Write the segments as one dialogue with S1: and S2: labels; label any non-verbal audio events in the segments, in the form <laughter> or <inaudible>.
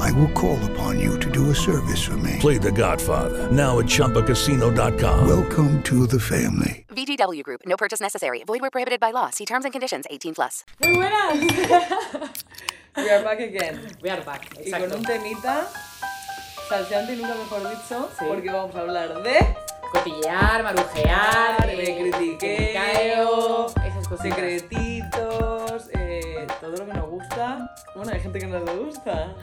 S1: I will call upon you to do a service for me.
S2: Play The Godfather now at ChumbaCasino.com.
S1: Welcome to the family.
S3: VGW Group. No purchase necessary. Void where prohibited by law. See terms and conditions. 18 plus.
S4: Muy <laughs> buenas.
S5: We are back again.
S4: We are back.
S5: Y
S4: Exacto.
S5: con un temita salteante y nunca mejor dicho,
S4: Sí.
S5: porque vamos a hablar de Ah,
S4: Cotillear, marujear,
S5: me
S4: eh,
S5: critiqueo,
S4: critiqueo, esas cosas.
S5: secretitos, eh, todo lo que nos gusta. Bueno, hay gente que no le gusta.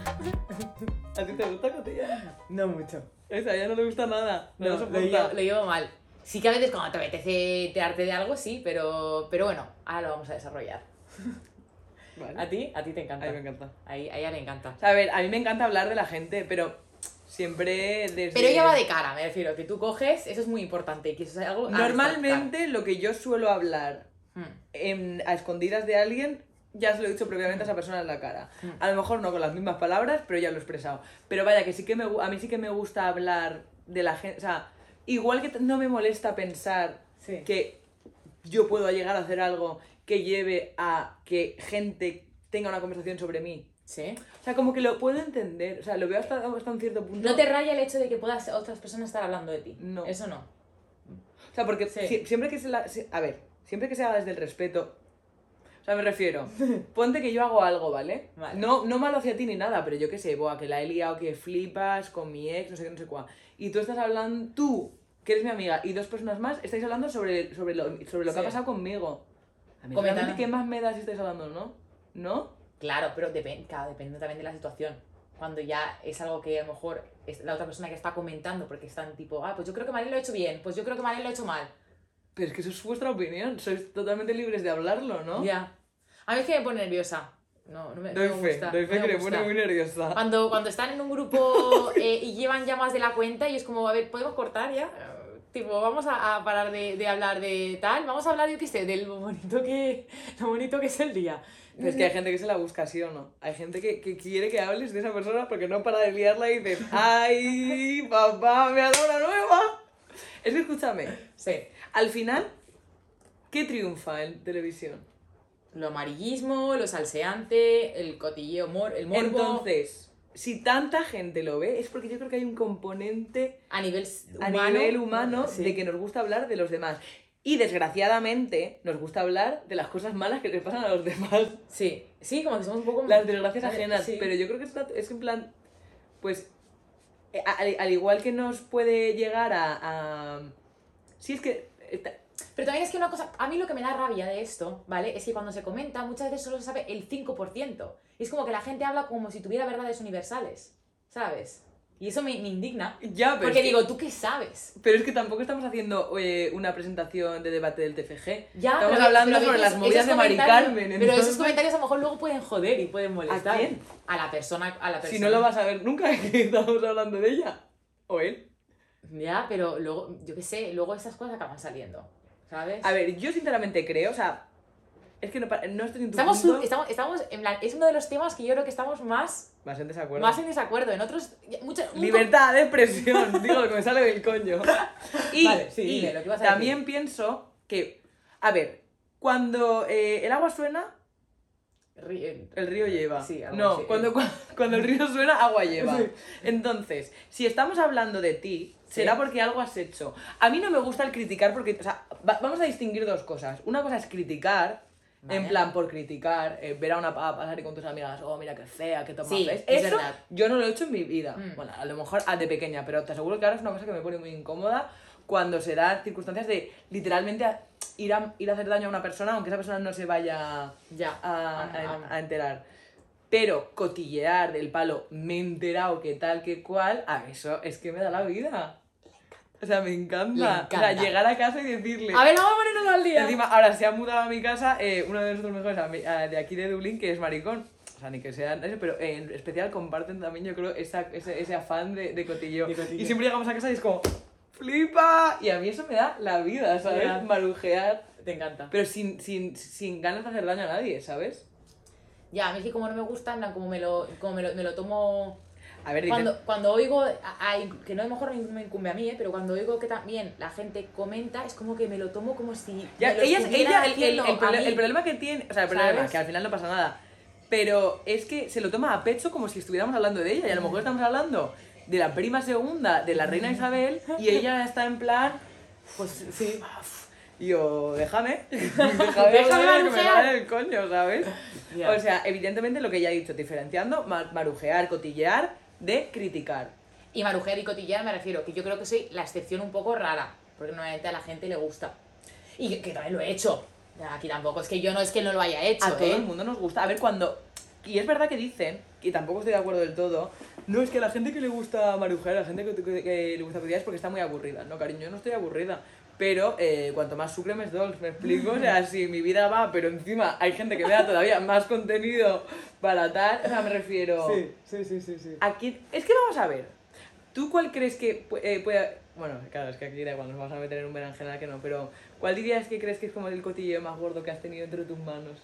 S5: ¿A ti te gusta cotilla?
S4: No mucho.
S5: Esa ya no le gusta nada. No,
S4: No,
S5: lo
S4: lo,
S5: soporta.
S4: llevo, lo llevo mal. Sí que a veces cuando te apetece enterarte de algo, sí, pero, pero bueno, ahora lo vamos a desarrollar.
S5: Vale.
S4: ¿A ti? A ti te encanta.
S5: A mí me encanta.
S4: Ahí- a ella le encanta.
S5: O sea, a ver, a mí me encanta hablar de la gente, pero siempre desde...
S4: Pero ella va de cara, me refiero, que tú coges, eso es muy importante, que eso es algo... a
S5: Normalmente lo que yo suelo hablar
S4: resaltar. Mm.
S5: en- a escondidas de alguien, ya se lo he dicho previamente a
S4: Hmm.
S5: esa persona en la cara. A lo mejor no con las mismas palabras, pero ya lo he expresado. Pero vaya, que sí que me, gu- a mí sí que me gusta hablar de la gente. O sea, igual que t- no me molesta pensar
S4: Sí.
S5: que yo puedo llegar a hacer algo que lleve a que gente tenga una conversación sobre mí.
S4: Sí.
S5: O sea, como que lo puedo entender. O sea, lo veo hasta, hasta un cierto punto.
S4: No te raya el hecho de que puedas otras personas estar hablando de ti.
S5: No.
S4: Eso no.
S5: O sea, porque
S4: Sí.
S5: si- siempre que se la- se- a ver, siempre que se haga desde el respeto. O sea,
S4: <laughs>
S5: me refiero, ponte que yo hago algo, ¿vale?
S4: Vale.
S5: No, no malo hacia ti ni nada, pero yo qué sé, boa, que la he liado, que flipas con mi ex, no sé qué, no sé cuá. Y tú estás hablando, tú, que eres mi amiga, y dos personas más, estáis hablando sobre, sobre lo, sobre lo que
S4: Sí.
S5: ha pasado conmigo. A mí
S4: Comentando.
S5: realmente, ¿qué más me da si estáis hablando, no? ¿No?
S4: Claro, pero depende, claro, depende también de la situación. Cuando ya es algo que a lo mejor es la otra persona que está comentando, porque están tipo, ah, pues yo creo que María lo ha hecho bien, pues yo creo que María lo ha hecho mal.
S5: Pero es que eso es vuestra opinión, sois totalmente libres de hablarlo, ¿no?
S4: Ya. A mí es que me pone nerviosa. No, no me, no
S5: Doy
S4: me
S5: fe,
S4: gusta.
S5: doy fe
S4: no me
S5: que me
S4: gusta.
S5: pone muy nerviosa.
S4: Cuando, cuando están en un
S5: <laughs>
S4: grupo eh, y llevan ya más de la cuenta y es como, a ver, ¿podemos cortar ya? Eh, Tipo, vamos a, a parar de, de hablar de tal, vamos a hablar, yo qué sé, del bonito que, lo bonito que es el día.
S5: Pero es que hay gente que se la busca, ¿sí o no? Hay gente que, que quiere que hables de esa persona porque no para de liarla y dices, ¡ay, papá, me ha dado una nueva! Es que escúchame,
S4: Sí.
S5: al final, ¿qué triunfa en televisión?
S4: Lo amarillismo, lo salseante, el cotilleo, mor, el morbo.
S5: Entonces, si tanta gente lo ve, es porque yo creo que hay un componente
S4: a nivel s-
S5: a
S4: humano.
S5: nivel humano
S4: sí.
S5: de que nos gusta hablar de los demás. Y desgraciadamente, nos gusta hablar de las cosas malas que le pasan a los demás.
S4: Sí, sí, como que somos un poco.
S5: las desgracias ajenas,
S4: Sí.
S5: pero yo creo que es, una- es en plan, pues, eh, a- al, al igual que nos puede llegar a... a- sí, es que... eh, ta-
S4: Pero también es que una cosa, a mí lo que me da rabia de esto, ¿vale? Es que cuando se comenta, muchas veces solo se sabe el 5%. Y es como que la gente habla como si tuviera verdades universales, ¿sabes? Y eso me, me indigna.
S5: Ya, pero,
S4: Porque
S5: es
S4: digo, ¿tú qué sabes?
S5: que, pero es que tampoco estamos haciendo eh, una presentación de debate del TFG.
S4: Ya,
S5: estamos
S4: pero-
S5: hablando
S4: pero
S5: sobre
S4: esos-
S5: las movidas
S4: esos
S5: de Mari
S4: comentarios-
S5: Carmen.
S4: Pero esos
S5: entonces,
S4: comentarios a lo mejor luego pueden joder y pueden molestar.
S5: quién?
S4: A la persona, a la persona.
S5: si no lo vas a ver nunca, <laughs> que estamos hablando de ella. O él.
S4: Ya, pero luego, yo qué sé, luego esas cosas acaban saliendo, ¿sabes?
S5: A ver, yo sinceramente creo, o sea, es que no, pa- no estoy en tu
S4: Estamos,
S5: punto.
S4: estamos, estamos en plan, es uno de los temas que yo creo que estamos más,
S5: Más en desacuerdo.
S4: más en desacuerdo. En otros, mucha, un-
S5: Libertad de <laughs> expresión, digo lo que me sale del coño. Y,
S4: Vale, sí,
S5: y
S4: dime lo que ibas a
S5: también pienso que, a ver, cuando eh, el agua suena,
S4: Ri-
S5: el río lleva.
S4: Sí, algo
S5: no,
S4: así.
S5: cuando, cua- cuando el río suena, agua lleva. Entonces, si estamos hablando de ti, será porque algo has hecho. A mí no me gusta el criticar porque, o sea, va- vamos a distinguir dos cosas. Una cosa es criticar. En
S4: Vale.
S5: plan, por criticar, eh, ver a una pava pasar y con tus amigas, oh, mira qué fea, qué toma
S4: Sí,
S5: ves".
S4: es
S5: Eso
S4: verdad.
S5: yo no lo he hecho en mi vida.
S4: Mm.
S5: Bueno, a lo mejor ah, de pequeña, pero te aseguro que ahora es una cosa que me pone muy incómoda cuando se da circunstancias de literalmente a- ir a, ir a hacer daño a una persona, aunque esa persona no se vaya
S4: Ya.
S5: a,
S4: Ah,
S5: a- a enterar. Pero cotillear del palo, me he enterado que tal, que cual, a eso es que me da la vida. O sea, me encanta.
S4: Le
S5: O sea,
S4: encanta.
S5: llegar a casa y decirle.
S4: A ver, vamos a ponernos al día.
S5: Encima, ahora se ha mudado a mi casa eh, uno de nuestros mejores ami- ah, de aquí de Dublín, que es maricón. O sea, ni que sean eso, pero en especial comparten también, yo creo, esa, ese, ese afán de, de cotilleo.
S4: De cotilleo.
S5: Y siempre llegamos a casa y es como, ¡flipa! Y a mí eso me da la vida, ¿sabes?
S4: Ya.
S5: Marujear.
S4: Te encanta.
S5: Pero sin, sin, sin ganas de hacer daño a nadie, ¿sabes?
S4: Ya, a mí es que como no me gusta, en plan, como me lo, como me lo, me lo tomo...
S5: A ver, dicen,
S4: Cuando, cuando oigo, a- a- que no a lo mejor me incumbe a mí, ¿eh? pero cuando oigo que también la gente comenta, es como que me lo tomo como si...
S5: Ya,
S4: me lo
S5: ella,
S4: estuvieran
S5: ella- el- el,
S4: haciendo
S5: el
S4: a
S5: prole-
S4: mí.
S5: el problema que tiene, o sea, el problema
S4: ¿Sabes?
S5: que al final no pasa nada, pero es que se lo toma a pecho como si estuviéramos hablando de ella, y a lo mejor estamos hablando de la prima segunda de la reina Isabel, y ella está en plan,
S4: Pues sí.
S5: y yo, déjame, <laughs>
S4: Déjame
S5: déjame que me
S4: marujear.
S5: vaya el coño, ¿sabes?
S4: Ya.
S5: O sea, evidentemente lo que ya he dicho, diferenciando ma- marujear, cotillear, de criticar.
S4: Y marujer y cotillear me refiero, que yo creo que soy la excepción un poco rara, porque normalmente a la gente le gusta. Y que, que también lo he hecho. Ya, Aquí tampoco, es que yo no es que no lo haya hecho,
S5: A todo
S4: ¿eh?
S5: el mundo nos gusta. A ver, cuando. Y es verdad que dicen, y tampoco estoy de acuerdo del todo, no es que a la gente que le gusta marujar, a la gente que, que- que le gusta cotillear es porque está muy aburrida. No, cariño, yo no estoy aburrida. Pero eh, cuanto más sucre, más dulce, ¿me explico? O sea, si mi vida va, pero encima hay gente que me da todavía más contenido para tal. O sea, me refiero.
S4: sí, sí, sí, sí.
S5: ¿A quién? Es que vamos a ver. ¿Tú cuál crees que pu- eh, pueda.? Bueno, claro, es que aquí da igual, nos vamos a meter en un berenjenal que no, pero ¿cuál dirías que crees que es como el cotilleo más gordo que has tenido entre tus manos?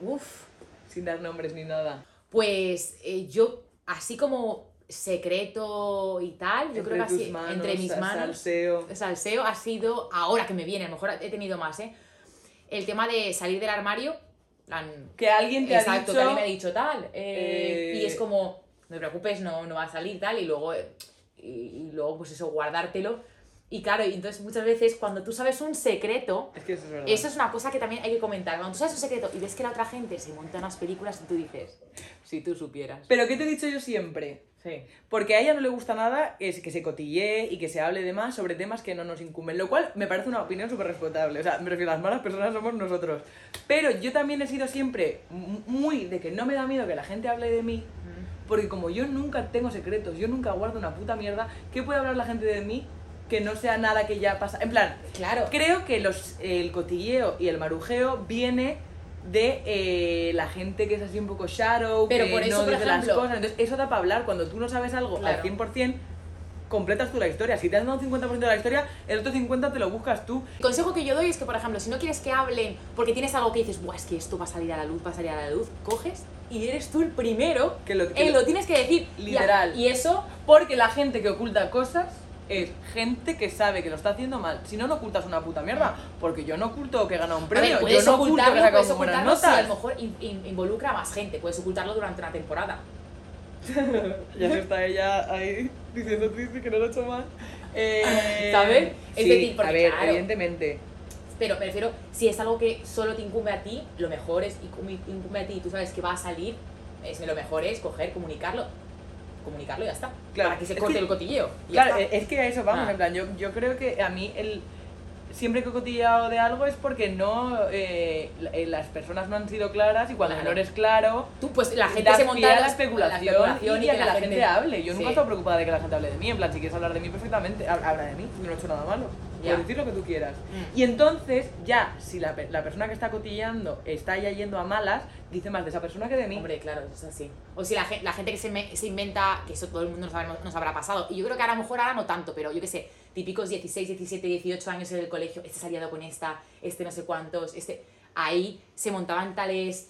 S4: Uf.
S5: sin dar nombres ni nada.
S4: Pues eh, yo, así como secreto y tal, yo creo que
S5: tus
S4: así, entre mis
S5: sa-
S4: manos.
S5: Salseo.
S4: salseo ha sido, ahora que me viene, a lo mejor he tenido más, ¿eh? El tema de salir del armario. plan,
S5: Que alguien te
S4: exacto,
S5: ha
S4: que
S5: dicho.
S4: alguien me ha dicho tal. eh,
S5: eh,
S4: y es como, no te preocupes, no, no va a salir tal. Y luego, eh, y, y luego, pues eso, guardártelo. Y claro, y entonces muchas veces cuando tú sabes un secreto,
S5: Es que eso es verdad.
S4: eso es una cosa que también hay que comentar. Cuando tú sabes un secreto y ves que la otra gente se monta unas películas y tú dices, si tú supieras.
S5: Pero ¿qué te he dicho yo siempre?
S4: Sí.
S5: Porque a ella no le gusta nada es que se cotille y que se hable de más sobre temas que no nos incumben, lo cual me parece una opinión súper respetable. O sea, me refiero, las malas personas somos nosotros. Pero yo también he sido siempre mu- muy de que no me da miedo que la gente hable de mí, porque como yo nunca tengo secretos, yo nunca guardo una puta mierda, ¿qué puede hablar la gente de mí que no sea nada que ya pasa? En plan,
S4: Claro.
S5: Creo que los, el cotilleo y el marujeo viene de eh, la gente que es así un poco shadow,
S4: Pero
S5: que
S4: por eso,
S5: no
S4: por
S5: dice
S4: ejemplo-
S5: las cosas. Entonces, eso da para hablar. Cuando tú no sabes algo
S4: Claro.
S5: al 100%, completas tú la historia. Si te has dado un 50% de la historia, el otro 50% te lo buscas tú.
S4: El consejo que yo doy es que, por ejemplo, si no quieres que hablen porque tienes algo que dices, Buah, es que esto va a salir a la luz, va a salir a la luz, coges y eres tú el primero
S5: Que lo- que
S4: en
S5: lo-
S4: lo tienes que decir.
S5: Literal.
S4: Y, y eso,
S5: Porque la gente que oculta cosas es gente que sabe que lo está haciendo mal. Si no, no ocultas una puta mierda. Porque yo no oculto que he ganado un
S4: a
S5: premio.
S4: ver,
S5: yo
S4: puedes
S5: no oculto que he
S4: ocultarlo,
S5: sacado
S4: puedes
S5: muy buenas
S4: ocultarlo si a
S5: notas.
S4: lo mejor in- in- involucra a más gente, puedes ocultarlo durante una temporada.
S5: Ya se está ella ahí diciendo triste que no lo he hecho
S4: <laughs>
S5: mal. Eh,
S4: ¿Sabes? Es
S5: sí,
S4: decir, porque
S5: a ver,
S4: claro.
S5: evidentemente.
S4: Pero me refiero, si es algo que solo te incumbe a ti, lo mejor es, incumbe incumbe a ti y tú sabes que va a salir, es, lo mejor es coger, comunicarlo, comunicarlo y ya está.
S5: Claro,
S4: Para que se
S5: es
S4: corte
S5: que-
S4: el cotilleo. y ya
S5: Claro, eh, e,
S4: está.
S5: es que a eso vamos,
S4: Ah.
S5: en plan, yo, yo creo que a mí el... Siempre que he cotillado de algo es porque no eh, la- eh, las personas no han sido claras y cuando
S4: Claro.
S5: no eres claro,
S4: Tú, pues la gente
S5: das
S4: se
S5: pie
S4: monta
S5: a la especulación, y, a que, la gente, hable. Yo nunca he
S4: Sí.
S5: estado preocupada de que la gente hable de mí. En plan, si quieres hablar de mí perfectamente, hab- habla de mí. Yo no he hecho nada malo.
S4: Ya. Mm.
S5: Puedes decir lo que tú quieras. Y entonces, ya, si la, pe- la persona que está cotillando está ya yendo a malas, dice más de esa persona que de mí.
S4: Hombre, claro, eso es así. O si la, gen- la gente que se, me- se inventa, que eso todo el mundo nos, habrá- nos habrá pasado. Y yo creo que ahora a lo mejor ahora no tanto, pero yo qué sé, típicos 16, 17, 18 años en el colegio, este se ha liado con esta, este no sé cuántos, este. Ahí se montaban tales,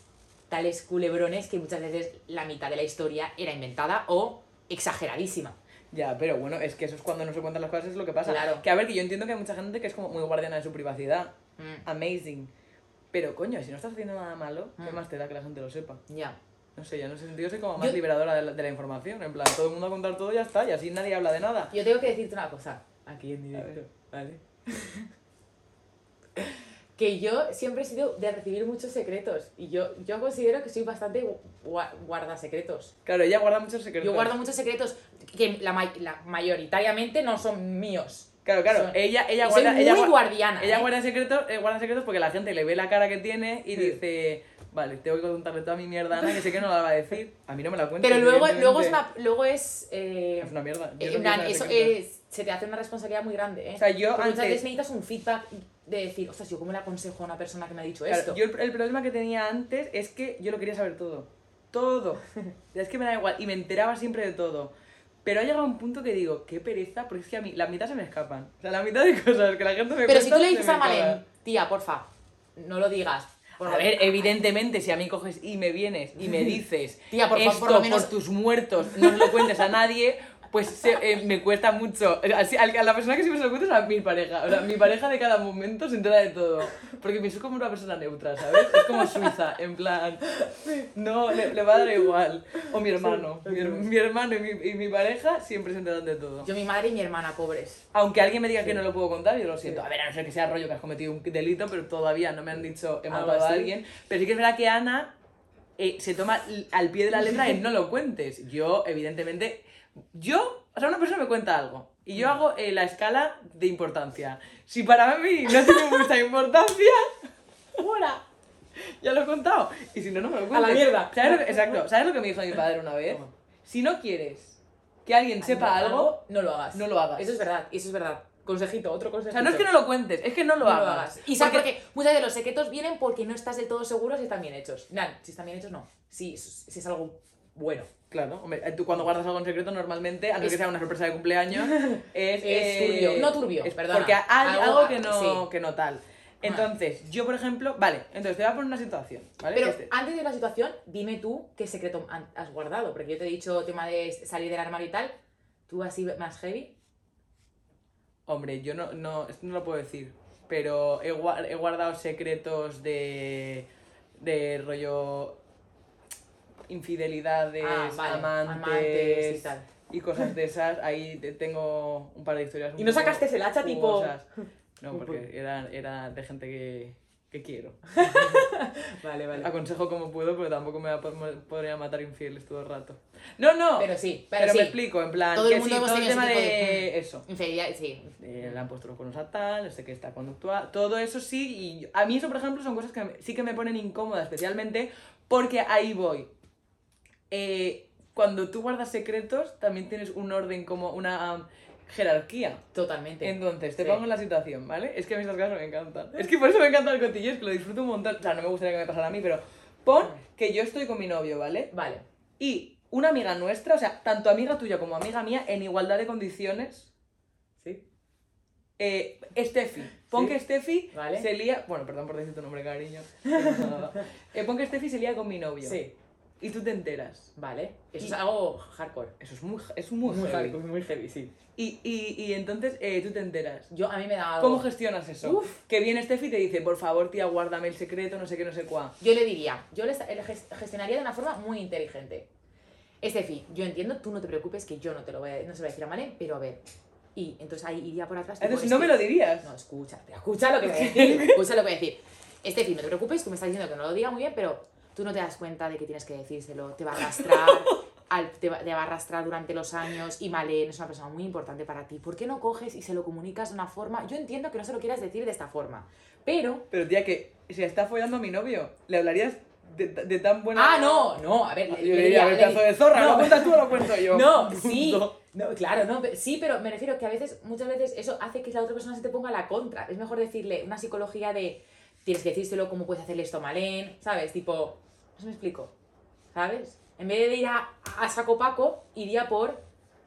S4: tales culebrones que muchas veces la mitad de la historia era inventada o exageradísima.
S5: Ya, pero bueno, es que eso es cuando no se cuentan las cosas, es lo que pasa.
S4: Claro.
S5: Que a ver, que yo entiendo que hay mucha gente que es como muy guardiana de su privacidad.
S4: Mm.
S5: Amazing. Pero coño, si no estás haciendo nada malo, ¿qué
S4: Mm.
S5: más te da que la gente lo sepa?
S4: Ya.
S5: No sé, ya en ese sentido soy como más
S4: Yo-
S5: liberadora de la, de la información. En plan, todo el mundo a contar todo y ya está, y así nadie habla de nada.
S4: Yo tengo que decirte una cosa, aquí en
S5: A
S4: directo.
S5: ver, vale.
S4: que yo siempre he sido de recibir muchos secretos y yo, yo considero que soy bastante guarda guardasecretos.
S5: Claro, ella guarda muchos secretos.
S4: Yo guardo muchos secretos que la, may- la- mayoritariamente no son míos.
S5: Claro, claro.
S4: Sí.
S5: Ella, ella
S4: Y soy
S5: guarda,
S4: muy
S5: ella gua-
S4: guardiana,
S5: Ella
S4: ¿eh?
S5: guarda secretos, eh, guarda secretos porque la gente le ve la cara que tiene y dice, vale, tengo que contarle toda mi mierda a Ana, que sé que no la va a decir. A mí no me la cuenta.
S4: Pero luego, luego es
S5: evidentemente.
S4: una, luego es. eh,
S5: Es una mierda. Yo
S4: eh,
S5: no
S4: en plan,
S5: quiero
S4: eso
S5: saber secretos.
S4: es- se te hace una responsabilidad muy grande, ¿eh?
S5: O sea, yo
S4: Porque muchas
S5: antes-
S4: veces necesitas un feedback de decir, ostras, ¿yo cómo le aconsejo a una persona que me ha dicho
S5: Claro,
S4: esto?
S5: yo el, el problema que tenía antes es que yo lo quería saber todo. Todo.
S4: <laughs>
S5: es que me da igual. Y me enteraba siempre de todo. Pero ha llegado un punto que digo, qué pereza, porque es que a mí la mitad se me escapan. O sea, la mitad de cosas que la gente me
S4: Pero
S5: cuenta
S4: si tú le
S5: se
S4: dices
S5: me
S4: a Malen,
S5: escapan.
S4: tía, porfa, no lo digas. Por
S5: A ver, evidentemente, si a mí coges y me vienes
S4: <laughs>
S5: y me dices,
S4: Tía, por favor,
S5: esto
S4: por lo menos-
S5: tus muertos, no lo cuentes a nadie, pues se- eh, me cuesta mucho. Así, al- a la persona que siempre se lo cuento es a mi pareja. O sea, mi pareja de cada momento se entera de todo. Porque pienso como una persona neutra, ¿sabes? Es como Suiza, en plan. No, le, le va a dar igual. O mi hermano. Mi, her- mi hermano y mi, y mi pareja siempre se enteran de todo.
S4: yo, mi madre y mi hermana, pobres.
S5: Aunque alguien me diga que no lo puedo contar, yo lo siento. A ver, a no ser que sea rollo que has cometido un delito, pero todavía no me han dicho he
S4: Algo
S5: matado a
S4: así.
S5: alguien. Pero sí que es verdad que Ana eh, se toma l- al pie de la letra el no lo cuentes. Yo, evidentemente, yo, o sea, una persona me cuenta algo. Y
S4: Mm.
S5: yo hago eh, la escala de importancia. Si para mí no <laughs> tiene mucha importancia, ¡fuera! Ya lo he contado. Y si no, no me lo cuentes.
S4: la mierda.
S5: ¿Sabes lo que- exacto. ¿Sabes lo que me dijo mi padre una vez? Si no quieres que alguien sepa algo,
S4: no lo hagas.
S5: no lo hagas.
S4: Eso es verdad, eso es verdad. Consejito, otro
S5: o
S4: consejito.
S5: sea, no es que no lo cuentes, es que no lo,
S4: No
S5: hagas.
S4: Y sabes por qué? muchas veces los secretos vienen porque no estás del todo seguro si están bien hechos. Nah, si están bien hechos, no. Si, si es algo bueno.
S5: Claro, hombre, eh, tú cuando guardas algo en secreto normalmente, a no ser
S4: Es-
S5: que sea una sorpresa
S4: <laughs>
S5: de cumpleaños, es, eh,
S4: Es turbio. No turbio,
S5: es
S4: perdona.
S5: Porque hay algo,
S4: Algo-
S5: que, no,
S4: sí.
S5: que no tal. Entonces, yo por ejemplo, vale, entonces te voy a poner una situación, ¿vale?
S4: Pero
S5: Este-
S4: antes de la situación, dime tú qué secreto han- has guardado. Porque yo te he dicho tema de salir del armario y tal. Tú así más heavy.
S5: Hombre, yo no, no, esto no lo puedo decir, pero he, gua- he guardado secretos de, de rollo infidelidades,
S4: Ah, vale,
S5: amantes,
S4: amantes y tal.
S5: y cosas de esas. Ahí te- tengo un par de historias.
S4: ¿Y
S5: un
S4: no
S5: poco
S4: sacaste el hacha tipo- <laughs>
S5: jugosas. No, porque era, era de gente que, que quiero.
S4: <laughs> Vale,
S5: Aconsejo como puedo, pero tampoco me, va- me podría matar infieles todo el rato. No, no.
S4: Pero sí, pero
S5: pero,
S4: sí.
S5: me explico, en plan,
S4: Todo el
S5: que
S4: mundo
S5: sí,
S4: hemos
S5: todo el
S4: tenido
S5: tema
S4: ese
S5: de...
S4: tipo de-
S5: eso.
S4: Infidelidad, sí.
S5: Eh, le han puesto los cuernos a tal, no sé qué está conductual, todo eso sí, y yo- a mí eso, por ejemplo, son cosas que me- sí que me ponen incómoda, especialmente porque ahí voy. Eh, cuando tú guardas secretos, también tienes un orden como una um, jerarquía.
S4: Totalmente.
S5: Entonces, te
S4: Sí.
S5: pongo en la situación, ¿vale? Es que a mí estas cosas me
S4: <laughs>
S5: encantan. Es que por eso me encanta el cotillo, es que lo disfruto un montón. O sea, no me gustaría que me pasara a mí, pero pon que yo estoy con mi novio, ¿vale?
S4: Vale.
S5: Y una amiga nuestra, o sea, tanto amiga tuya como amiga mía, en igualdad de condiciones,
S4: Sí.
S5: eh, Steffi. Pon que Steffi
S4: Vale.
S5: se lía. Bueno, perdón por decir tu nombre, cariño. No pasa
S4: <laughs>
S5: nada. Eh, pon que Steffi se lía con mi novio.
S4: Sí.
S5: Y tú te enteras.
S4: Vale. Eso
S5: Y-
S4: es algo hardcore.
S5: Eso es muy, es muy, heavy.
S4: muy heavy, sí.
S5: Y, y, y entonces eh, tú te enteras.
S4: Yo a mí me da algo.
S5: ¿Cómo gestionas eso?
S4: Uf.
S5: Que viene Steffi y te dice, por favor, tía, guárdame el secreto, no sé qué, no sé cuá.
S4: Yo le diría, yo le le ges- gestionaría de una forma muy inteligente. Estefi, yo entiendo, tú no te preocupes que yo no te lo voy a, no se lo voy a decir a Malen, pero a ver. Y entonces ahí iría por atrás. tipo,
S5: Entonces,
S4: es
S5: no
S4: que-
S5: me lo dirías.
S4: No, escucha, espera, escucha lo que voy a
S5: <laughs>
S4: decir. escucha lo que voy a decir. Estefi, no te preocupes, tú me estás diciendo que no lo diga muy bien, pero tú no te das cuenta de que tienes que decírselo, te va a arrastrar.
S5: <laughs>
S4: al- te, va, te va a arrastrar durante los años y Malen es una persona muy importante para ti. ¿Por qué no coges y se lo comunicas de una forma? Yo entiendo que no se lo quieras decir de esta forma, pero
S5: Pero tía, que se está follando a mi novio. ¿Le hablarías de, de tan buena.
S4: Ah, no, no, a ver.
S5: Yo le diría, a ver, pedazo de zorra, ¿lo
S4: <laughs>
S5: cuentas tú o lo cuento yo? <laughs>
S4: No, sí.
S5: Punto.
S4: No, claro, no, pe- sí, pero me refiero que a veces, muchas veces, eso hace que la otra persona se te ponga a la contra. Es mejor decirle una psicología de tienes que decírselo, cómo puedes hacerle esto malén, ¿sabes? Tipo, no se me explico, ¿sabes? En vez de ir a, a saco paco, iría por.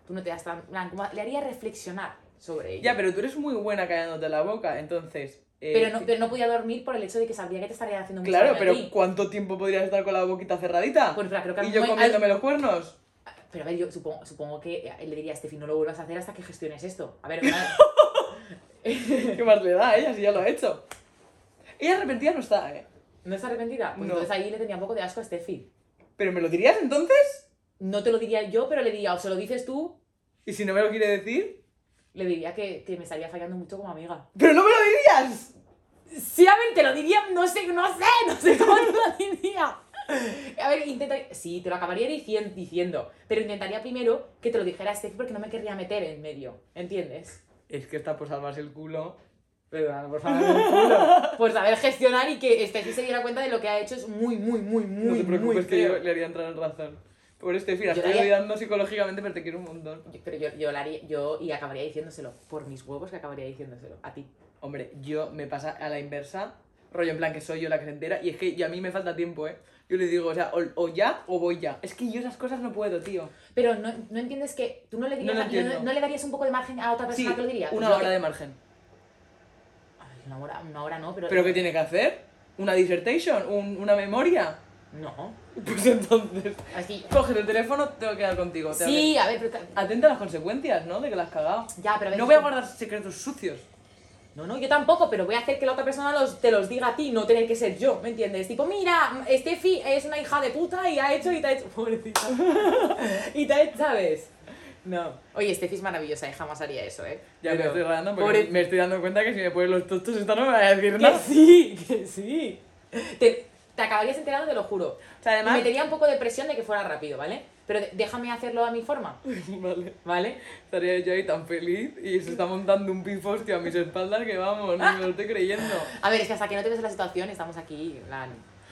S4: Tú no te das tan. en plan, como- le haría reflexionar sobre ello.
S5: Ya, pero tú eres muy buena callándote la boca, entonces. eh,
S4: Pero no, pero no podía dormir por el hecho de que sabría que te estaría haciendo mucho
S5: Claro,
S4: daño a
S5: pero
S4: ti.
S5: ¿cuánto tiempo podrías estar con la boquita cerradita?
S4: Bueno, espera, creo que
S5: y yo
S4: algún-
S5: comiéndome
S4: al-
S5: los cuernos. <laughs>
S4: Pero a ver, yo supongo, supongo que él le diría a Steffi, no lo vuelvas a hacer hasta que gestiones esto. A ver,
S5: <laughs>
S4: una-
S5: ¿Qué más le da a ella si ya lo ha hecho? Ella arrepentida no está, ¿eh?
S4: ¿no está arrepentida? Pues
S5: No.
S4: entonces ahí le tenía un poco de asco a Steffi.
S5: ¿Pero me lo dirías entonces?
S4: No te lo diría yo, pero le diría, o se lo dices tú,
S5: ¿Y si no me lo quiere decir?
S4: le diría que, que me estaría fallando mucho como amiga.
S5: ¡Pero no me lo dirías!
S4: Sí, a ver, te lo diría, no sé, no sé, no sé cómo te lo diría. A ver, intenta... Sí, te lo acabaría dicien- diciendo, pero intentaría primero que te lo dijera Steffi porque no me querría meter en medio, ¿entiendes?
S5: es que está por salvarse el culo.
S4: Perdón,
S5: <laughs>
S4: por favor, el culo. Por Pues saber gestionar y que Steffi se diera cuenta de lo que ha hecho es muy, muy, muy, muy,
S5: no
S4: muy
S5: te preocupes que
S4: feo.
S5: yo le haría entrar en razón. Pobre Steffi, la
S4: Yo
S5: estoy
S4: le haría-
S5: ayudando psicológicamente, pero te quiero un montón.
S4: Yo- Pero yo, yo, la haría- yo y acabaría diciéndoselo, por mis huevos que acabaría diciéndoselo, a ti.
S5: Hombre, yo me pasa a la inversa, rollo en plan que soy yo la que se entera, y es que yo- a mí me falta tiempo, ¿eh? Yo le digo, o sea, o, o ya o voy ya. Es que yo esas cosas no puedo, tío.
S4: Pero no, no entiendes que tú no le, dirías
S5: No lo
S4: a- no-
S5: entiendo.
S4: no le darías un poco de margen a otra persona
S5: Sí,
S4: que lo diría. Pues
S5: una
S4: Yo-
S5: hora de margen.
S4: Ay, Una hora, una hora no, pero...
S5: ¿Pero qué tiene que hacer? ¿Una dissertation? ¿Un- ¿Una memoria?
S4: No.
S5: Pues entonces,
S4: Así...
S5: coge el teléfono, tengo que quedar contigo. te
S4: Sí,
S5: hablé.
S4: a ver, pero... ta-
S5: Atenta a las consecuencias, ¿no? De que la has cagado.
S4: Ya, pero a veces-
S5: No voy a guardar secretos sucios.
S4: No, no, yo tampoco, pero voy a hacer que la otra persona los, te los diga a ti, no tener que ser yo, ¿me entiendes? Tipo, mira, Steffi es una hija de puta y ha hecho y te ha hecho. Pobrecita. <laughs> y te ha hecho, ¿sabes? No. Oye, Steffi es maravillosa y jamás haría eso, ¿eh?
S5: Ya me
S4: Pero-
S5: estoy rayando porque
S4: Pobre-
S5: me estoy dando cuenta que si me pones los tostos, esta no me va a decir
S4: Que
S5: nada.
S4: sí, que sí. Te, te acabarías enterando, te lo juro.
S5: O sea,
S4: Y
S5: además-
S4: me metería un poco de presión de que fuera rápido, ¿vale? Pero de- déjame hacerlo a mi forma,
S5: <laughs> Vale.
S4: ¿vale?
S5: Estaría yo ahí tan feliz y se está montando un pifostio a mis espaldas que vamos, no me lo estoy creyendo.
S4: A ver, es que hasta que no te ves en la situación, estamos aquí, en plan.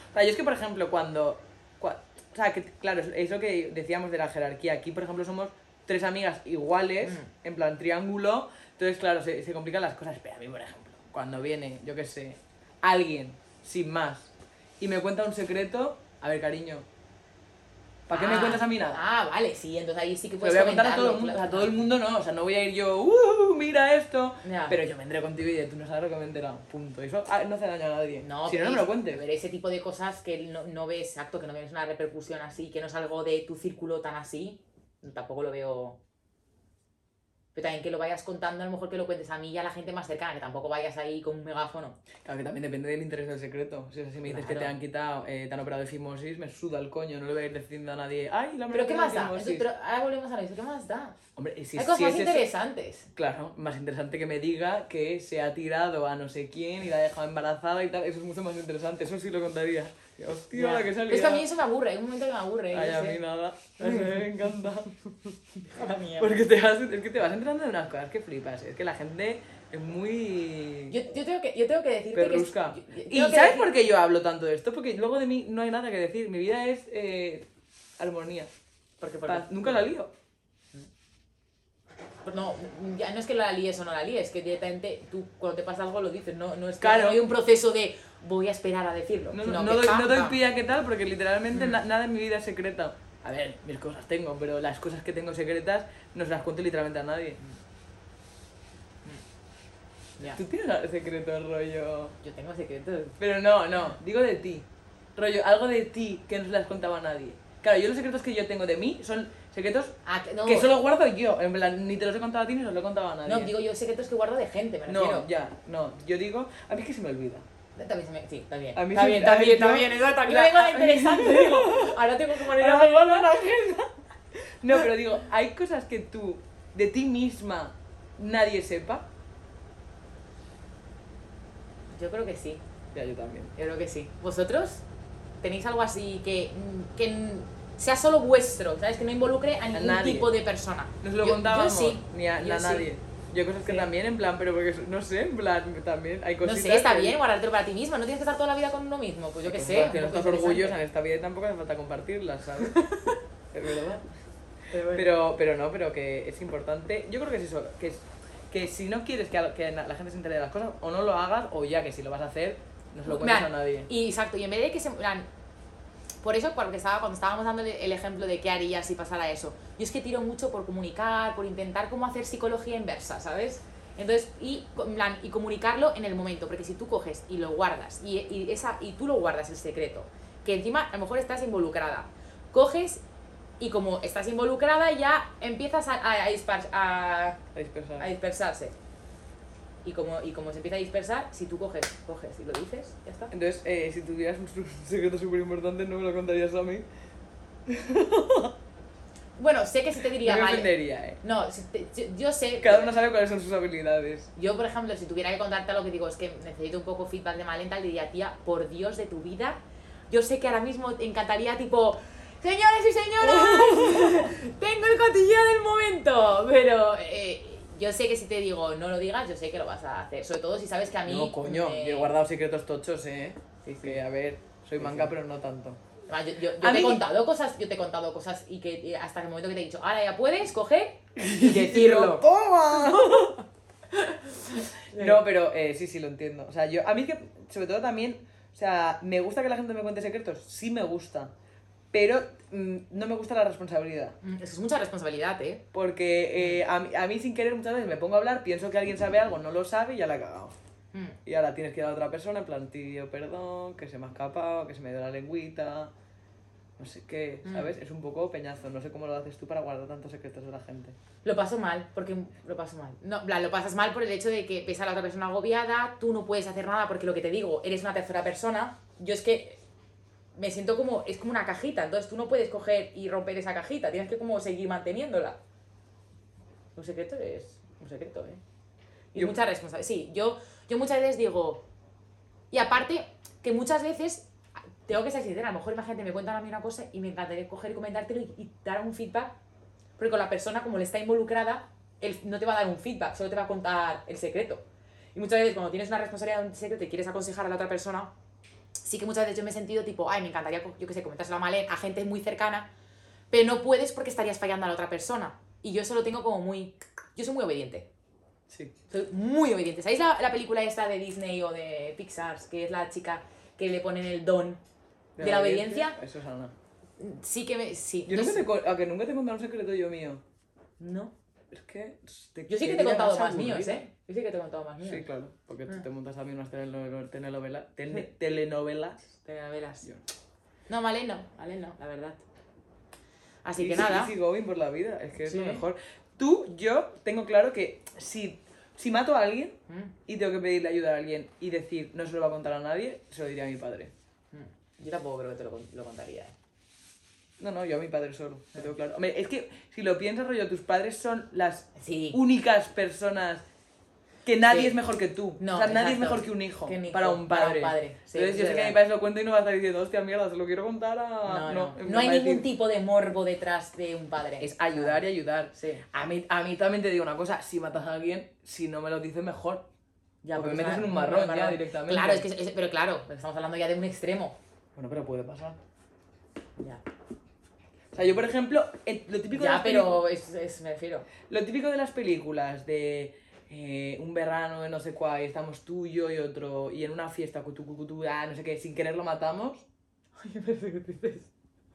S5: O sea, yo es que, por ejemplo, cuando... cua- o sea, que, claro, es- es lo que decíamos de la jerarquía. Aquí, por ejemplo, somos tres amigas iguales,
S4: Mm.
S5: en plan triángulo. Entonces, claro, se, se complican las cosas. Pero a mí, por ejemplo, cuando viene, yo qué sé, alguien, sin más, y me cuenta un secreto, a ver, cariño, ¿para qué me
S4: ah,
S5: cuentas a mí nada?
S4: Ah, vale, sí, entonces ahí sí que
S5: Se lo
S4: puedes
S5: voy a contar a todo el
S4: comentarlo,
S5: mundo,
S4: claro.
S5: a todo el mundo no, o sea, no voy a ir yo, "Uh, mira esto,
S4: Ya.
S5: pero yo vendré contigo y diré, tú no sabes lo que me he enterado, punto. Eso ah, no hace daño a nadie.
S4: No,
S5: si no,
S4: pero
S5: no me lo
S4: es-
S5: cuentes.
S4: Pero ese tipo de cosas que no, no ves, exacto, que no ves una repercusión así, que no es algo de tu círculo tan así, tampoco lo veo. Pero también que lo vayas contando, a lo mejor que lo cuentes a mí y a la gente más cercana, que tampoco vayas ahí con un megáfono.
S5: Claro que también depende del interés del secreto. Si, si me dices que
S4: Claro.
S5: te han quitado, eh, te han operado de fimosis, me suda el coño, no le voy a ir diciendo a nadie, ay, la
S4: Pero ¿qué más da?
S5: fimosis".
S4: Eso- pero ahora volvemos a lo mismo, ¿qué más da?
S5: Hombre, y si,
S4: Hay cosas
S5: si
S4: más
S5: es eso-
S4: interesantes.
S5: Claro, más interesante que me diga que se ha tirado a no sé quién y la ha dejado embarazada y tal. Eso es mucho más interesante, eso sí lo contaría. Hostia,
S4: Ya.
S5: la que salía.
S4: es que a mí eso me aburre, hay un momento que me aburre.
S5: Ay,
S4: yo
S5: a
S4: sé.
S5: mí
S4: <laughs>
S5: nada. A mí me encanta. Porque te vas, es que te vas entrando de unas cosas que flipas. Es que la gente es muy...
S4: yo, yo tengo que, yo tengo que decirte que-
S5: Perrusca.
S4: yo- yo
S5: ¿Y
S4: tengo que
S5: sabes
S4: decir-
S5: por qué yo hablo tanto de esto? Porque luego de mí no hay nada que decir. Mi vida es eh, armonía.
S4: Porque, porque-
S5: Paz. Nunca la lío.
S4: No, ya no es que la líes o no la líes, que directamente tú cuando te pasa algo lo dices, no, no es que
S5: Claro.
S4: no hay un proceso de voy a esperar a decirlo.
S5: No,
S4: sino
S5: no, no
S4: que
S5: doy,
S4: pam,
S5: no doy
S4: pam.
S5: pie a qué tal porque literalmente na- nada en mi vida es secreta. A ver, mis cosas tengo, pero las cosas que tengo secretas no se las cuento literalmente a nadie.
S4: Mm. Ya.
S5: Tú tienes secretos, rollo...
S4: Yo tengo secretos.
S5: Pero no, no, digo de ti. Rollo, algo de ti que no se las contaba a nadie. Claro, yo los secretos que yo tengo de mí son secretos
S4: Ah, que- no,
S5: que solo guardo yo. En plan, ni te los he contado a ti ni se los he contado a nadie.
S4: no, digo yo secretos que guardo de gente, me
S5: No,
S4: refiero.
S5: ya, no. Yo digo, a mí es que se me olvida. <laughs>
S4: También se me- sí, está bien.
S5: A mí
S4: está
S5: sí-
S4: bien,
S5: a
S4: está
S5: mí
S4: bien,
S5: yo-
S4: está bien, exacto. Aquí
S5: Mira,
S4: vengo la
S5: a mí- <laughs>
S4: interesante, digo. Ahora tengo que poner
S5: Ahora me
S4: algo.
S5: guardo en la agenda. No, pero digo, hay cosas que tú, de ti misma, nadie sepa.
S4: Yo creo que sí,
S5: Ya, yo también.
S4: yo creo que sí. ¿Vosotros tenéis algo así que, mm, que sea solo vuestro, ¿sabes? Que no involucre a ningún
S5: nadie.
S4: tipo de persona.
S5: Nos lo
S4: Yo- yo
S5: contábamos
S4: sí,
S5: ni a,
S4: yo
S5: a
S4: sí.
S5: nadie. Yo cosas que
S4: Sí.
S5: también, en plan, pero porque, no sé, en plan, también hay
S4: No
S5: cosas
S4: sé, está bien guardártelo para ti misma, no tienes que estar toda la vida con uno mismo, pues yo qué sé.
S5: Que no
S4: un poco
S5: estás orgullosa en esta vida y tampoco hace falta compartirlas,
S4: <laughs>
S5: ¿sabes? es verdad. Pero, pero no, pero que es importante. Yo creo que es eso, que es que si no quieres que, a- que na- la gente se entere de las cosas, o no lo hagas, o ya que si lo vas a hacer, no se lo cuentes
S4: Vean,
S5: a nadie.
S4: Y exacto, y en vez de que se. vean, por eso, porque estaba, cuando estábamos dando el ejemplo de qué haría si pasara eso, yo es que tiro mucho por comunicar, por intentar cómo hacer psicología inversa, ¿sabes? Entonces, y, co- en plan, y comunicarlo en el momento, porque si tú coges y lo guardas, y, y esa, y tú lo guardas el secreto, que encima a lo mejor estás involucrada, coges y como estás involucrada ya empiezas a, a- a dispar- a
S5: A dispersar.
S4: a dispersarse. Y como, y como se empieza a dispersar, si tú coges, coges y lo dices, ya está.
S5: Entonces, eh, si tuvieras un <laughs> su- secreto súper importante, no me lo contarías a mí.
S4: Bueno, sé que si te
S5: Yo
S4: diría,
S5: me
S4: vale.
S5: ofendería, eh.
S4: No, si te- yo, yo sé.
S5: Cada una sabe cuáles son sus habilidades.
S4: Yo, por ejemplo, si tuviera que contarte lo que digo, es que necesito un poco feedback de Malenta, le diría, tía, por Dios de tu vida, yo sé que ahora mismo te encantaría, tipo,
S5: <laughs>
S4: señores y señoras, tengo el cotillo del momento, pero eh, Yo sé que si te digo no lo digas, yo sé que lo vas a hacer. Sobre todo si sabes que a mí.
S5: No, coño,
S4: me-
S5: yo he guardado secretos tochos, ¿eh? Que, a ver, soy manga, pero no tanto.
S4: Además, Ah, yo, yo- yo
S5: A
S4: te
S5: mí-
S4: he contado cosas, yo te he contado cosas y que y hasta el momento que te he dicho, ahora ya puedes coger y decirlo.
S5: <laughs> No, pero eh, sí, sí, lo entiendo. O sea, yo, a mí que, sobre todo también, o sea, me gusta que la gente me cuente secretos, sí me gusta, pero mm, no me gusta la responsabilidad.
S4: Mm, Eso es mucha responsabilidad, ¿eh?
S5: Porque eh, a, mí, a mí sin querer muchas veces me pongo a hablar, pienso que alguien sabe algo, no lo sabe y ya la he cagado.
S4: Mm.
S5: Y ahora tienes que ir a la otra persona en plan, tío, perdón, que se me ha escapado, que se me ha ido la lengüita, no sé qué,
S4: Mm.
S5: ¿sabes? Es un poco peñazo, no sé cómo lo haces tú para guardar tantos secretos de la gente.
S4: Lo paso mal, porque lo paso mal. No, en plan, lo pasas mal por el hecho de que ves a la otra persona agobiada, tú no puedes hacer nada porque lo que te digo, eres una tercera persona. Yo es que me siento como, es como una cajita, entonces tú no puedes coger y romper esa cajita, tienes que como seguir manteniéndola. Un secreto es un secreto, ¿eh? Y
S5: Yo-
S4: mucha responsabilidad. Sí, yo, yo muchas veces digo, y aparte, que muchas veces, tengo que ser sincera, a lo mejor imagínate, me cuentan a mí una cosa y me encantaría coger y comentártelo y, y dar un feedback, porque con la persona, como le está involucrada, él no te va a dar un feedback, solo te va a contar el secreto. Y muchas veces cuando tienes una responsabilidad de un secreto y quieres aconsejar a la otra persona, sí que muchas veces yo me he sentido tipo, ay, me encantaría, co- yo qué sé, comentárselo a Malén, a gente muy cercana, pero no puedes porque estarías fallando a la otra persona. Y yo eso lo tengo como muy... Yo soy muy obediente.
S5: Sí.
S4: Soy muy obediente. ¿Sabéis la, la película esta de Disney o de Pixar? Que es la chica que le ponen el don de, la obediencia.
S5: Eso es Ana.
S4: Sí que me. Sí.
S5: Yo nunca
S4: Entonces-
S5: te, co- a que nunca te he contado un secreto yo mío.
S4: No.
S5: Es que.
S4: Yo sí que te he contado más míos, ¿eh? Yo sí que te he contado más míos. Ah.
S5: Sí, claro. Porque tú te montas también unas telenovelas. telenovelas- tele- telenovelas.
S4: Telenovelas.
S5: Yo.
S4: No, Malén no. Malén no, la verdad. Así
S5: Y
S4: que
S5: sí,
S4: nada.
S5: Easy going por la vida. Es que es lo
S4: Sí.
S5: mejor. Tú, yo, tengo claro que si, si mato a alguien
S4: Mm.
S5: y tengo que pedirle ayuda a alguien y decir no se lo va a contar a nadie, se lo diría a mi padre.
S4: Yo tampoco creo que te lo, con- lo contaría. ¿eh?
S5: No, no, yo a mi padre solo. Lo tengo claro. Hombre, es que si lo piensas, rollo, tus padres son las
S4: Sí.
S5: únicas personas que nadie
S4: Sí.
S5: es mejor que tú.
S4: No,
S5: o sea, nadie es
S4: exacto.
S5: mejor que un hijo,
S4: Que un hijo,
S5: para un
S4: para
S5: padre.
S4: un padre, sí,
S5: Entonces yo
S4: es
S5: sé que a
S4: verdad.
S5: mi padre lo cuento y no va a estar diciendo, hostia mierda, se lo quiero contar a.
S4: No, no.
S5: me
S4: No hay
S5: va a decir,
S4: ningún tipo de morbo detrás de un padre.
S5: Es ayudar y ayudar.
S4: Sí.
S5: A mí, a mí también te digo una cosa, si matas a alguien, si no me lo dices mejor.
S4: Ya,
S5: porque me
S4: es
S5: metes
S4: una-
S5: en un marrón, ya directamente.
S4: Claro, es que, es- pero claro, estamos hablando ya de un extremo.
S5: Bueno, pero puede pasar.
S4: Ya.
S5: O sea, yo por ejemplo, eh, lo típico de
S4: Ya,
S5: las
S4: pero es, es- me refiero.
S5: Lo típico de las películas de eh, un verano de no sé cuál, y estamos tú, yo y otro, y en una fiesta, cutu, cutu, cutu, ah, no sé qué, sin querer
S4: <laughs>
S5: lo matamos.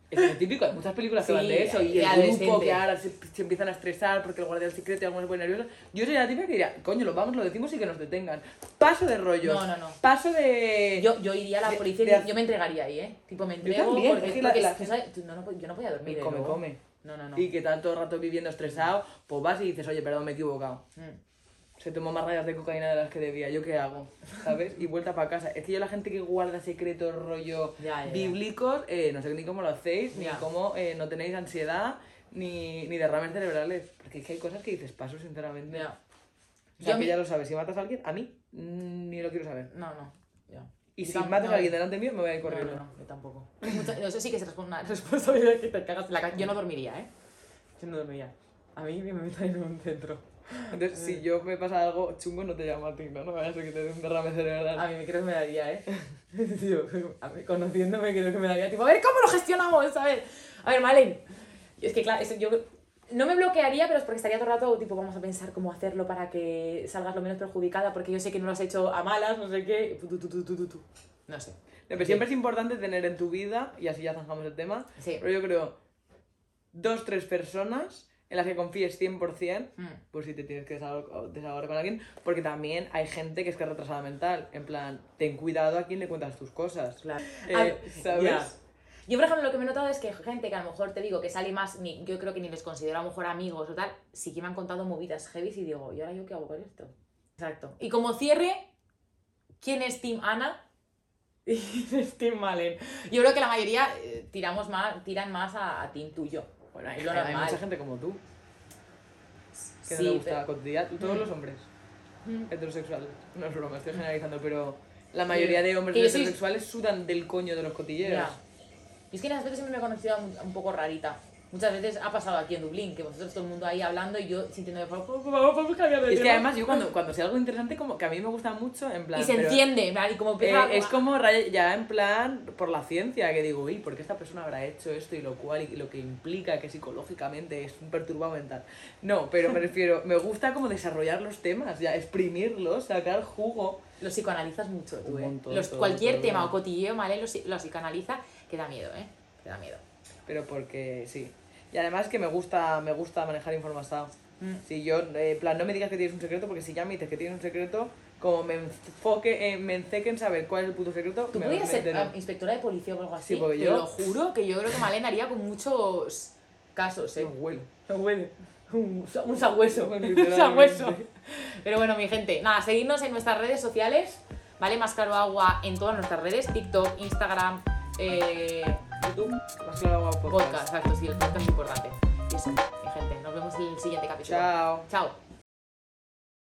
S5: Es lo típico, hay muchas películas que
S4: Sí,
S5: van de eso, y
S4: de
S5: el grupo
S4: adolescente.
S5: que ahora se, se empiezan a estresar porque el guardia del secreto y algunos se ponen nerviosos. Yo soy la típica que diría, coño, lo vamos, lo decimos y que nos detengan. Paso de rollos.
S4: No, no, no.
S5: Paso de...
S4: Yo, yo iría a la
S5: De-
S4: policía y
S5: de haz-
S4: yo me entregaría ahí, ¿eh? Tipo, me entrego
S5: también,
S4: porque,
S5: es que la-
S4: porque
S5: la
S4: tú
S5: gente-
S4: sabes, tú- no, no, yo no podía dormir.
S5: Y
S4: ¿eh?
S5: come,
S4: luego.
S5: come.
S4: No, no, no.
S5: Y que tanto rato viviendo estresado, pues vas y dices, oye, perdón, me he equivocado.
S4: Mm.
S5: Se tomó más rayas de cocaína de las que debía, ¿yo qué hago? ¿Sabes? Y vuelta para casa. Es que yo la gente que guarda secretos rollo
S4: Ya, ya, ya.
S5: bíblicos, eh, no sé ni cómo lo hacéis, ni
S4: Ya.
S5: cómo eh, no tenéis ansiedad, ni, ni derrames cerebrales. Porque es que hay cosas que dices paso, sinceramente.
S4: Ya.
S5: O
S4: Yo
S5: sea, que
S4: mi-
S5: ya lo sabes. Si matas a alguien, a mí, mm, ni lo quiero saber.
S4: No, no. ya.
S5: Y
S4: Yo
S5: si
S4: tam-
S5: matas
S4: no,
S5: a alguien delante mío, me voy a ir
S4: No,
S5: corriendo.
S4: no, no, yo tampoco. Es mucha- eso sí que es una <laughs> responsabilidad que te cagas en la cara. Yo no dormiría, ¿eh? Yo no dormiría. A mí me meten en un centro.
S5: Entonces,
S4: Mm.
S5: si yo me pasa algo chungo, no te llamo a ti, ¿no? No vaya a ser que te dé un derrame cerebral.
S4: A mí me creo que me daría, ¿eh? <laughs> Tío, a mí, conociéndome creo que me daría. Tipo, a ver, ¿cómo lo gestionamos? A ver, a ver, Malen. Es que, claro, eso yo no me bloquearía, pero es porque estaría todo el rato, tipo, vamos a pensar cómo hacerlo para que salgas lo menos perjudicada, porque yo sé que no lo has hecho a malas, no sé qué. tu, tu, tu, tu, tu, tu, tu. No sé.
S5: Lo que siempre es importante tener en tu vida, y así ya zanjamos el tema,
S4: Sí.
S5: pero yo creo dos, tres personas en las que confíes 100%,
S4: Mm.
S5: pues si te tienes que desahogar, desahogar con alguien, porque también hay gente que es que es retrasada mental, en plan, ten cuidado a quién le cuentas tus cosas.
S4: Claro.
S5: Eh,
S4: Al-
S5: ¿sabes?
S4: ya. Yo, por ejemplo, lo que me he notado es que gente que a lo mejor te digo que sale más, ni, yo creo que ni les considero a lo mejor amigos o tal, sí que me han contado movidas heavy y digo, ¿y ahora yo qué hago con esto? Exacto. Y como cierre, ¿quién es Team Ana? <laughs> Y quién es Team Malen. eh". Yo creo que la mayoría eh, tiramos más, tiran más a, a Team tuyo.
S5: Bueno, hay,
S4: Es lo
S5: hay
S4: normal.
S5: mucha gente como tú, que
S4: Sí,
S5: no le gusta
S4: pero-
S5: la cotidiana, todos los hombres
S4: Mm.
S5: heterosexuales, no es broma, estoy generalizando, pero la mayoría de hombres
S4: Que yo soy-
S5: heterosexuales sudan del coño de los cotilleros.
S4: Ya. Y es que en ese aspecto siempre me he conocido un, un poco rarita. Muchas veces ha pasado aquí en Dublín, que vosotros todo el mundo ahí hablando y yo sintiendo de favor, por favor, podemos cambiar de
S5: Y es que
S4: tema".
S5: además yo cuando, cuando sé algo interesante, como que a mí me gusta mucho, en plan...
S4: Y se
S5: pero,
S4: entiende, en plan, y como
S5: eh,
S4: empieza
S5: es como raya- ya en plan por la ciencia, que digo, uy, ¿por qué esta persona habrá hecho esto y lo cual y lo que implica que psicológicamente es un perturbado mental? No, pero me refiero, me gusta como desarrollar los temas, ya exprimirlos, sacar jugo.
S4: Los psicoanalizas mucho tú,
S5: Un
S4: ¿eh?
S5: montón,
S4: Los-
S5: todo,
S4: cualquier
S5: todo.
S4: tema o cotilleo, ¿vale? Los, los psicoanaliza, que da miedo, ¿eh? Que da miedo.
S5: pero porque sí. Y además que me gusta, me gusta manejar información.
S4: Mm.
S5: Si yo, eh, en plan, no me digas que tienes un secreto, porque si ya me dices que tienes un secreto, como me enfoque, eh, me enceque en saber cuál es el puto secreto,
S4: Tú
S5: me
S4: podrías
S5: vas a
S4: ser
S5: meter en-
S4: ah, inspectora de policía o algo así.
S5: Sí, porque
S4: te
S5: yo-
S4: lo juro que yo creo que Malena haría con muchos casos,
S5: <laughs>
S4: ¿eh?
S5: Los huelos.
S4: No huele. Un, sa- un sabueso. <laughs> Un
S5: pues, Literalmente.
S4: sabueso. Pero bueno, mi gente, nada, seguidnos en nuestras redes sociales, ¿vale? Más Caro agua en todas nuestras redes, TikTok, Instagram, eh,
S5: YouTube, más claro, guapo,
S4: podcast, exacto, sí, el podcast es importante. Y eso, mi gente, nos vemos en el siguiente capítulo.
S5: Chao.
S4: Chao.